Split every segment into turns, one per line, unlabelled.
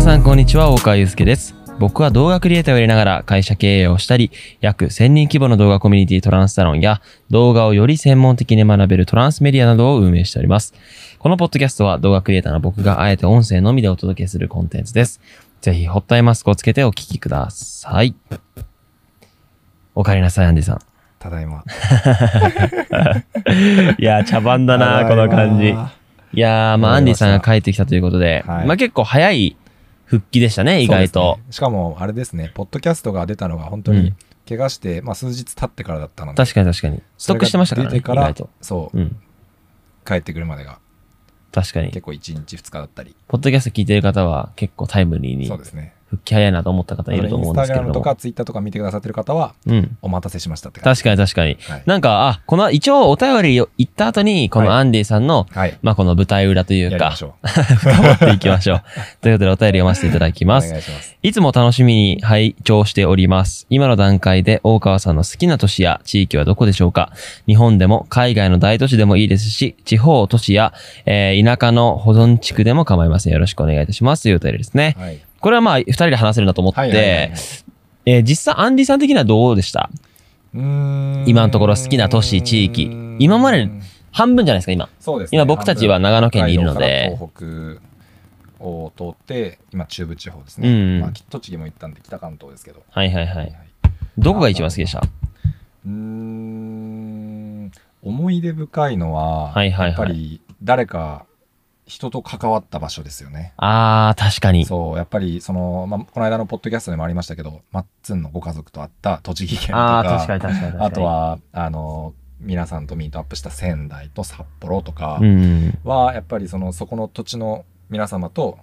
さんこんにちは大川祐介です僕は動画クリエイターをやりながら会社経営をしたり約1000人規模の動画コミュニティトランスサロンや動画をより専門的に学べるトランスメディアなどを運営しておりますこのポッドキャストは動画クリエイターの僕があえて音声のみでお届けするコンテンツですぜひホットアイマスクをつけてお聞きくださいおかえりなさいアンディさん
ただいま。
いやー茶番だな
た
この
だいま
感じいやー、まあ、ア
わか
ンデ
り
ィ
ました
さんが帰ってきたということで、
はい
まあ結構早い復帰でしたね、意外
そう
と
で。すねしかも、あれですね、ポッドキャストが出たのが本当
う
に
ん、
怪我して、まあ数日経ってからだったので。
確かに確かに。ストックしてましたから
それ
ね、
が
意
出
外
てか
と
ら。、そう、
うん。
帰ってくるまでが
確かに
結。構1日2日だったり。
ポッドキャスト聞いてる方は結構タイムリーに
そうですね。
復帰早いなと思った方
イ
いると思
ン
うんで
スタ
す
グ
け
ラ
れ
ム
ど
と
も
か。ツイッターとか見てくださってる方は、
うん。
お待たせしましたって感じ。
確かに確かに。
はい
なんか、あ、この、一応お便りを言った後に、この
はい
アンディさんの、
はい。
まあこの舞台裏とい
や
う
りま
か
し、ょう。
深掘 っていきましょう。ということでお便り読ませていただき
お
ます。
願いします。
いつも楽しみに拝聴しております。今の段階で大川さんの好きな都市や地域はどこでしょうか日本でも海外の大都市でもいいですし、地方都市や、えー田舎の保存地区でも構いません。よろしくお願いいたします。というお便りですね。
はい。
これはまあ、二人で話せるなと思って、
はいはいはいはい。
えー実際アンディさん的にはどうでした
うーん
今のところ好きな都市地域今まで、半分じゃないですか、今。
そうですね
今僕たちは長野県にいるので
北海道から東北を通って今中部地方です
う
ね、
ん
まあ、栃木も行ったんで北関東ですけど
はいはい
は
はいい。どこが一番好きでした
うーん思い出深いのは,、
はいはいはい
やっぱり誰か人と関わった場所ですよね
あー、確かに。
そうやっぱりその、まあ、この間のポッドキャストでもありましたけどマッツンのご家族と会った栃木県とか
あー、確かに確かに確かに。
あと、はあの皆さんとミートアップした仙台と札幌とか、
うん。
はやっぱりそのそこの土地の皆様と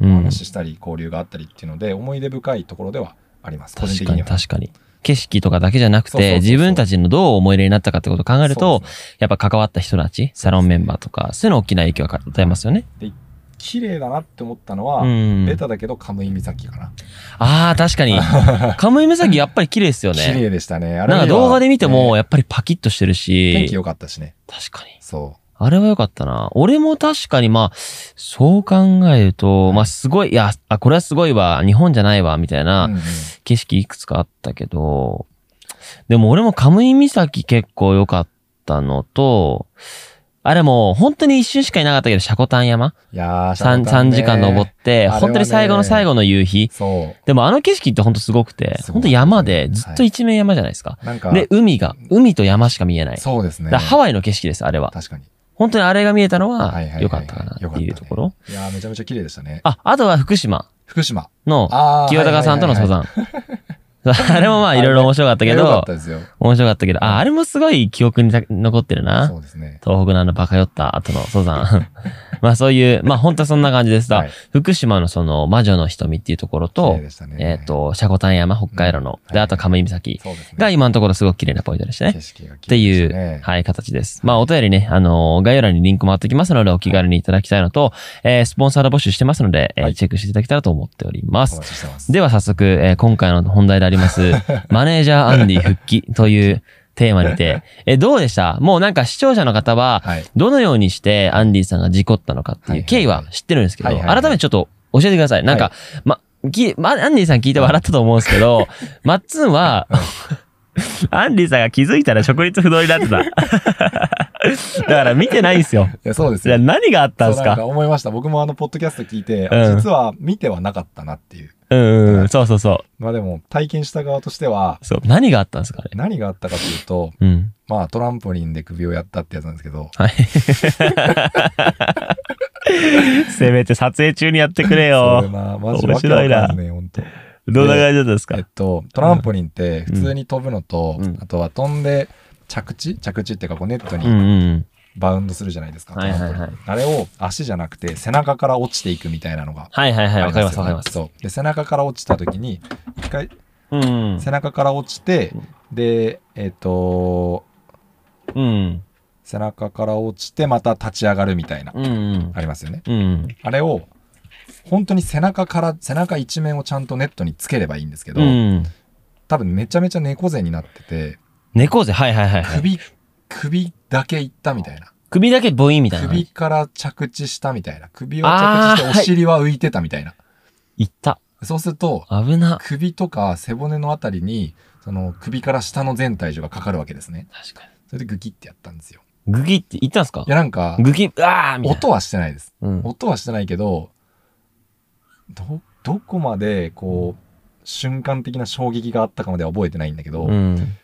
う
お
ん。
話ししたり交流があったりっていうので思い出深いところではあります個
確
人的
か
に
に
は
確かに。景色とかだけじゃなく
そうそう
て、
そうそう
自分たちのどう思い入れになったかってことを考える
そう
と、
ですね
やっぱ関わった人たち、サロンメンバーとか、そういうの大きな影響が与えますよね。
綺麗だなって思ったの
う
は、ベ
ん。
タだけどカムイ岬かな、
ああ、確かに。 カムイ岬やっぱり綺麗ですよ
綺
ね。
麗でしたねあれ
なんか動画で見ても、
ね
やっぱりパキッとしてる
天気
し、
良かったしね
確かに。
そ、
あれは良かったな。俺も確かに、まあ、そう考えると、まあ、すごい、いや、あ、これはすごいわ、日本じゃないわ、みたいうな、
うんうん
景色いくつかあったけど、でも俺もカムイ岬結構良かったのと、あれもう本当に一瞬しかいなかったけど、シャコタン山
いやー
3,
シャン
3
パンね
時間登って、
あれはね
本当に最後の最後の夕日。
そ
でもあの景色って本当すごくて、
すご
本
い
当山でずっと
はい
一面山じゃないですか。
うなんか
で、海が、海と山しか見えない。
そうですね
だからハワイの景色です、あれは。
確かに
本当にあれが見えたの
はい
は
はいはいはい
良かったかなっていうところ。
いやーめちゃめちゃ綺麗でしたね
あ、あとは福島
福島
の
あー
清高さんとの
はい
登
はいはい
山。 あれもまあいろいろ面白かったけ
いや良かっ
ど
た、ですよ
面白かったけど、あ、あれもすごい記憶にた残ってるな。
そうですね
東北のあのバカ酔った後の登山。まあそう いう、まあ本当そんな感じです。だ
はい
福島のその魔女の瞳っていうところ
綺
と
麗、でしたね
えっ、と、シャコタン山、北海道の、
うん
で、
はい
あとカムイ岬
そうですね
が今のところすごく綺麗なポイントでしたね。
景色が
って
綺麗
い
でしたね
う、はい、形です。まあ、お便りね、あのー概要欄にリンクも貼っておきますので、お気軽にいただきたいのと、えースポンサーの募集してますので、えー
はい
チェックしていただけたらと思っております
お。待ちしてます。
では早速、えー今回の本題であり ます、マネージャーアンディ復帰というテーマにて、えどうでしたもうなんか視聴者の方は、
はい。
どのようにしてアンディさんが事故ったのかっていう経緯は知ってるんですけど、
はいはいはい
改めてちょっと教えてください。なんか、ま、き、ま、アンディさん聞いて笑ったと思うんですけ ど、マッツンは、アンディさんが気づいたら直立不動になってた。だから見てないんですよ。
いや、 そうです
いや、
よ。
何があったんです
そうなん
か
か思いました。僕もあの、ポッドキャスト聞いて、
うん
実は見てはなかったなっていう。
うんうんうん、そうそうそ
まあでも、体験した側としては
う。、そう、何があったんですかね。
何があったかというと、
うん。
まあ、トランポリンで首をやったってやつなんですけど、
はい。せめて撮影中にやってくれ
それ
よ。
な、マジ
面
わけ
白い
わ
な
かんねえ、ほんと。
どんな感じだったんです
えっ
か
と、トランポリンって、普通に飛ぶのと
うん、
あとは飛んで、着地着地っていうか、こうネット
うん
に
うん。
バウンドするじゃないですか。
はいはいはい
トランポリンあれを足じゃなくて、背中から落ちていくみたいなのが。
はいはいはい、わかりますわかります。
そう。で、背中から落ちた時に、一回、
うんうん。
背中から落ちて、で、えっ、と、
うん。
背中から落ちて、また立ち上がるみたいな、
うんうん。
ありますよね。
うん。
あれを、本当に背中から、背中一面をちゃんとネットにつければいいんですけど、
うん。
多分めちゃめちゃ猫背になってて、
猫背、はいはいはいはい。
首、首だけいったみたいな。
首だけボインみたいな。
首から着地したみたいな。首を着地して、
あー
お尻は浮いてたみたいな。
行った。
そうすると、
危な。
首とか背骨のあたりに、その首から下の全体重がかかるわけですね。
確かに。
それでグキってやったんですよ。
グギって行ったんすか
いや、なんか、
グギ、あーみたいな。
音はしてないです。
うん。
音はしてないけど、ど、どこまで、こう、瞬間的な衝撃があったかまでは覚えてないんだけど、
うん。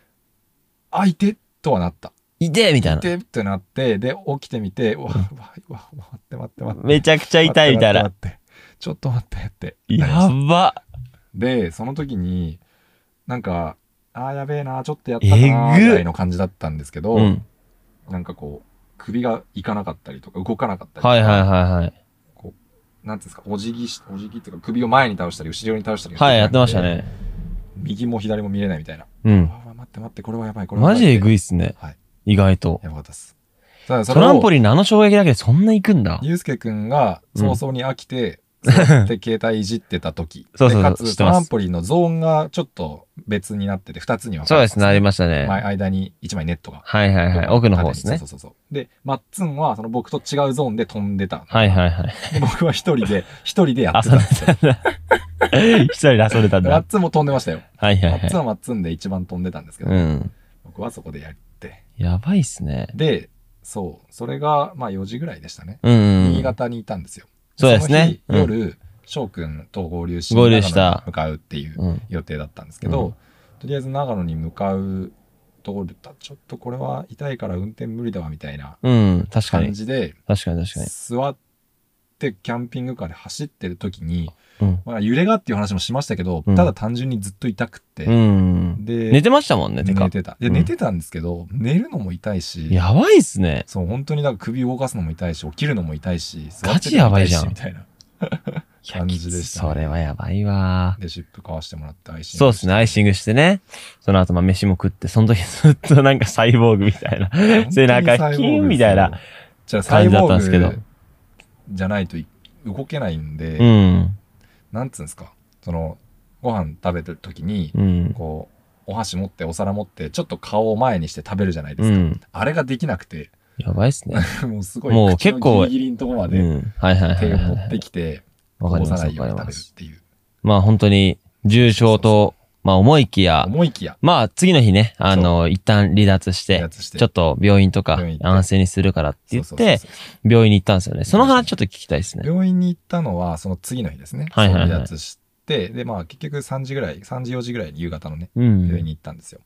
あ、いてとはなった。
痛えみたいな。
でってなって、で、起きてみて、うわ、うわ、うわ、待って待って待って。
めちゃくちゃ痛いみたいな。
待って待って待ってちょっと待ってって。
やば。
で、その時に、なんか、あーやべえな、ちょっとやったかな、ぐらいの感じだったんですけど、
うん。
なんかこう、首がいかなかったりとか、動かなかったりとか、
はいはいはいはい。
なんていうんですか、お辞儀し、お辞儀っていうか、首を前に倒したり、後ろに倒したり。
はい、やってました。ね。
右も左も見れないみたいな。
うん。
ああ、待って待って、これはやばい、これは
マジでグ
い。
イっすね。
はい
意外と。
やばかったです。ただ
トランポ
リ
リ
ン
ンのあの衝撃だけでそんな行くんだ。
ゆうすけくんが早々に飽きて、で、携帯いじってた時。
そうそうそう
でか
知って
つ、ト
ます
ランポリンのゾーンがちょっと別になってて、二つに分か
そうですね、あり
ま
ましたね。
前間に一枚ネットが。
はいはいはい。奥の方ですね
そう。そうそうそう。で、マッツンはその僕と違うゾーンで飛んでた。
はいはいはい。
で僕は一人で、一人でやって
遊
た
ん
んですよ。
でたんだ。一人で遊んでたん
マッ
だ。
ツンも飛んでましたよ。
はいはい
マ
は
ッツン
い。
はマッツンで一番飛んでたんですけど、
うん。
僕はそこでやって。
やばいっすね。
で、そう、それがまあ4時ぐらいでしたね。
うんうん。
新潟にいたんですよ。
そうですね。
その日夜、翔くんと合流し、
合流した
長野に向かうっていう
うん。うん
予定だったんですけど、
うん
とりあえず長野に向かうところで、ちょっとこれは痛いから運転無理だわみたいな
うん。確か
感
に。
じで、
確かに確かに。
座ってキャンピングカーで走ってる時に、
うん
まあ、揺れがっていう話もしましたけど、
うん
ただ単純にずっと痛くって、
うん。
で
寝てましたもんね、てか
寝。てた。で、
うん
寝てたんですけど、寝るのも痛いし、
やばいっすね。
そう、本当になんか首動かすのも痛いし、起きるのも痛いし、
ガチやばいじゃん
座ってても痛いしみたいな。
いや
感じでしたね
それはやばいわ。
で、シップ交わしてもらって、アイシング
そうですね、アイシングしてね。その後、まあ、飯も食って、その時ずっとなんかサイボーグみたいな。背中キーンみたいな。
じゃあ、サ
感
イ
じだっ
ボ
たん
ー
ですけど
グじゃないとい動けないんで、
うん。
なんつうんですか、その、ご飯食べてる時に、
うん。
こう、お箸持って、お皿持って、ちょっと顔を前にして食べるじゃないで
う
すか。
ん。
あれができなくて、
やばいっすね。
もうすごい、
もう結構
ギリギリのところま
う
で
ん。はいはいは
手
い
を
は
持
いは
っ
い。
てきて、
わかりま
さ
す、
な
わ
いよ
かりま
うに食べるっ
す。
ていう。
まあ、本当に、重症と、まあ、思いきや、
思いきや、
まあ、次の日ね、あの、一旦離脱して
や、つして。
ちょっと病院とか
病院行って
安静にするからって言っ
そうそう
て、
そうそう
病院に行ったんですよね。その話ちょっと聞きたいですね。
病院に行ったのは、その次の日ですね。
はいはいはい
そう離脱して、で、まあ結局3時ぐらい、3時4時ぐらいに夕方のね、
う
病院
ん。
に行ったんですよ。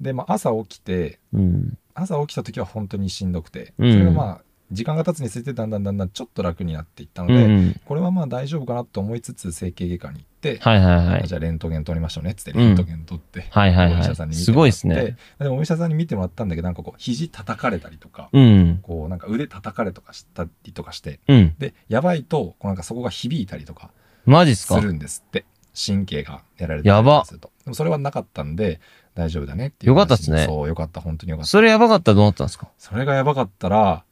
で、まあ朝起きて、
うん。
朝起きた時は本当にしんどくて、そ
うん
れがまあ、時間が経つにつれてだんだんだんだんちょっと楽になっていったの
う
で、
ん。
これはまあ大丈夫かなと思いつつ整形外科に行って、
はいはいはい
あ。じゃあレントゲン取りましょうねっつって
うん
レントゲン取って、
はいはい
お医
は
者さん
い。
に
す
見て
ごい
もら
で
っ
す
て、
ね。
でもお医者さんに見てもらったんだけどなんかこう肘叩かれたりとか、
うん。
こうなんか腕叩かれとかしたりとかして
うん。
でやばいとこうなんかそこが響いたりとか
マジっす
す
か
るんですって神経がやられて
やば
するとでもそれはなかったんで大丈夫だねっていう
よ
話に
かったっすね
そうよかった本当によかった
それやばかったらどうなったんですか
それがやばかったら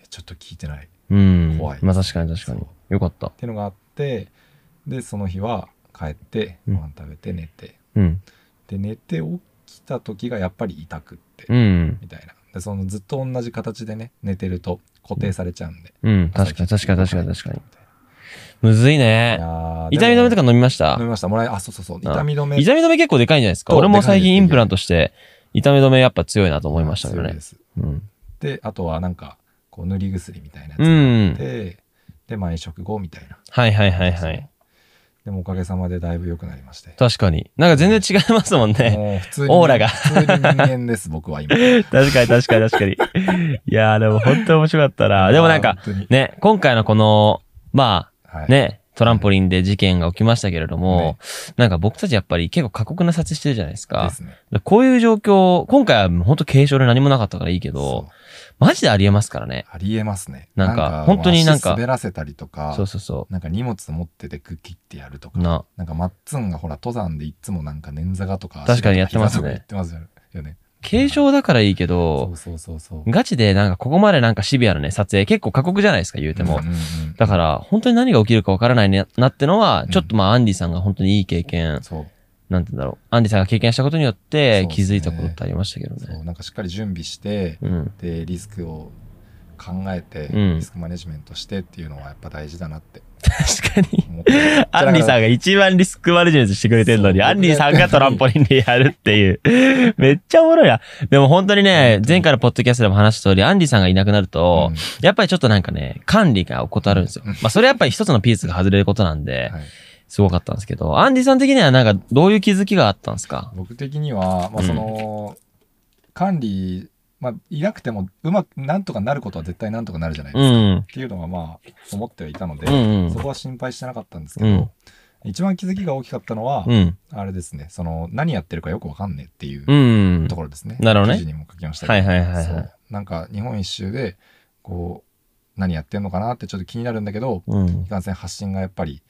えちょっと聞いてないっ
うん。
怖い
まあ確かに確かに
そ。
よかった。
ていうのがあってでその日は帰って
う
ご
ん
飯食べて寝て、
うん。
で寝て起きた時がやっぱり痛くって、
うん。
みたいなでそのずっと同じ形でね寝てると固定されちゃうんで、
うん。確かに確かに確かに確かに。むずい
いや
ね。
ー
痛み止めと
で
か飲みました
も飲みましたもらいあそうそうそう
あ
痛み止め
痛み止め結構でかいんじゃないですか
そう
俺も最
でか
近
いです
インプラントして、痛み止めやっぱ強いなと思いましたけど
そう
ね
で。す
うん。
であとはなんかこう塗り薬みたいなやつ
う
があ
ん
っ。てで毎食後みたいな
はいはいはいはい。
でもおかげさまでだいぶ良くなりまして
確かに。なんか全然違います もんね。
もう普通に
オーラが
普通に人間です僕は今
確かに確かに 確かに。いやーでも本当面白かったな。でもなんか、
本当に
ね、今回のこの、ま
は
あ
い、
ね、トランポリンで事件が起きましたけれども
ね、
なんか僕たちやっぱり結構過酷な撮影してるじゃないです
で
か。
すね
こういう状況、今回は本当軽症で何もなかったからいいけ
そ
ど
う、
マジでありえますからね。
ありえますね
なんか本当になんか
足滑らせたりとか
そうそうそ
なんか荷物持っててクッキってやると
う。
か
な。
なんかマッツンがほら登山でいっつもなんか捻挫がとか
確かにやってますね
足とか膝とか言ってますよね
軽症だからいいけ
そ
ど
う、そうそうそう
ガチでなんかここまでなんかシビアなね、撮影結構過酷じゃないですか、言うても
うん。うんうん
だから、本当に何が起きるかわからないねなってのは
う、ん
ちょっとまあ、アンディさんが本当にいい経験、
そう
なんて言うんだろう。アンディさんが経験したことによって
そうで
気づ
すね
いたことってありましたけど
そ
ね。
うなんかしっかり準備して
うん。
でリスクを考えて
うん
リスクマネジメントしてっていうのはやっぱ大事だなって
確かに。
思ってる
アンリさんが一番リスクマネジメントしてくれてるのに、
そう
アンリさんがトランポリンでやるっていう。めっちゃおもろいな。でも本当にね、前回のポッドキャストでも話した通り、アンリさんがいなくなると、やっぱりちょっとなんかね、管理が怠るんですよ。まあそれやっぱり一つのピースが外れることなんで
うん、はい
すごかったんですけど、アンディさん的にはなんかどういう気づきがあったんですか
僕的には、まあ、その、管理、まあ、いなくてもうまくなんとかなることは絶対なんとかなるじゃないで
う
すか、っ
ん。
ていうのがまあ思ってはいたので、
うんうん
そこは心配してなかったんですけ
う
ど、
ん。
一番気づきが大きかったのは、
うん。
あれですねその何やってるかよくわかんねえっていう
うん
と。ころですね、
なるほどね
記事にも書きました
はいはいはい
そ。
はいう
なんか日本一周でこう何やってんのかなってちょっと気になるんだけど
うん
い。かんせん発信がやっぱり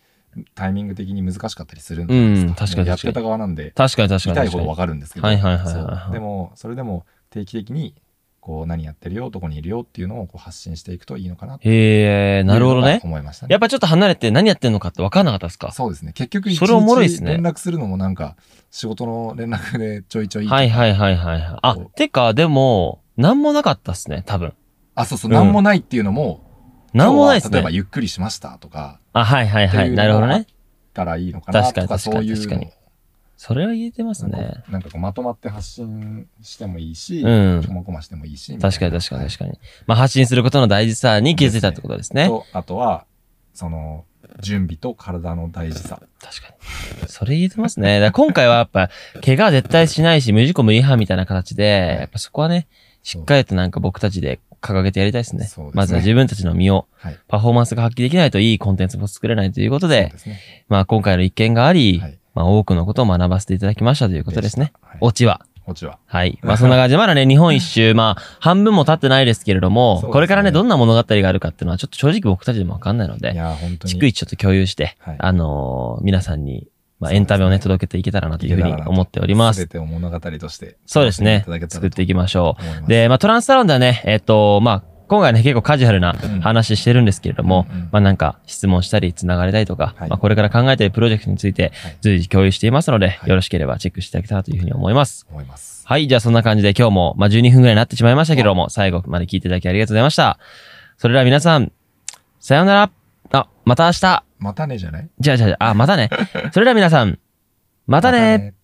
タイミング的に難しかったりするん
う
で、
ん。確かに
やっ
確か
てた
に。
側なんで
確かに確かに。
痛いほどわ
確
かるんですけど、
はいはいはいはい
そ
はいう
でもそれでも定期的にこう何やってるよどこにいるよっていうのをこう発信していくといいのかなって
にへえ、なるほど
いうの
ね
が。思いましたね
やっぱちょっと離れて何やってんのかって分かんなかったですか
そうですね結局一
それおもろいっ
日
すね
連絡するのもなんか仕事の連絡でちょいちょい
はいはいはいはいはい。あ
そう、
てか、でも、なんもなかったっすね、多分。
あそうそう
うん
何もないっていうのも、
なんもないっす
今日は例えば
ね。
ゆっくりしましたとか
あ、はいはいは
って
い。
いうのが
なるほどね。
たらいいのかなと
確か
か
に確か
そう
に
いうの
確かそれは言えてますね。
なんかこうまとまって発信してもいいし、
うん
ちょこまこましてもいいしみたいな
確かに確かに確かに。まあ発信することの大事さに気づいたってことですね。
とあとはその準備と体の大事さ
確かに。それ言えてますね。だから今回はやっぱ、怪我は絶対しないし、無事故無違反みたいな形で、やっぱそこはね、しっかりとなんか僕たちで掲げてやりたいですね。
そうですね
まずは自分たちの身を、
はい
パフォーマンスが発揮できないといいコンテンツも作れないということ
そう
で、
ですね
まあ今回の一件があり、
はい
まあ多くのことを学ばせていただきましたということですね。
したはい
オチは。
オチは
はい。まあそんな感じで、まだね、日本一周、まあ半分も経ってないですけれども、
そうですね
これからね、どんな物語があるかっていうのはちょっと正直僕たちでもわかんないの
い
で、
やー本当に
逐一ちょっと共有して、
はい
あのー皆さんに、まあ
そうですね
エンタメをね、届けていけたらなというふうに思っております
全。てを物語として
そうですね
楽しんでいただけ。た
作
ら
っていきましょ
と思いま
う。
す
で、まあトランスサロンではね、えっ、と、まあ今回ね、結構カジュアルな
うん
話してるんですけれども、
うんうん
まあなんか質問したり、つながれたりとか、
はい
まあこれから考えているプロジェクトについて
はい
随時共有していますので、
い
よろしければチェックしていただけたらというふうに思います。
思います
はい、じゃあそんな感じで今日も、まあ、12分ぐらいになってしまいましたけれども、最後まで聞いていただきありがとうございました。それでは皆さん、さようなら。あ、また明日。
またねじゃない
じゃあじゃあじゃあ、あ、またね。それでは皆さん、またね
ね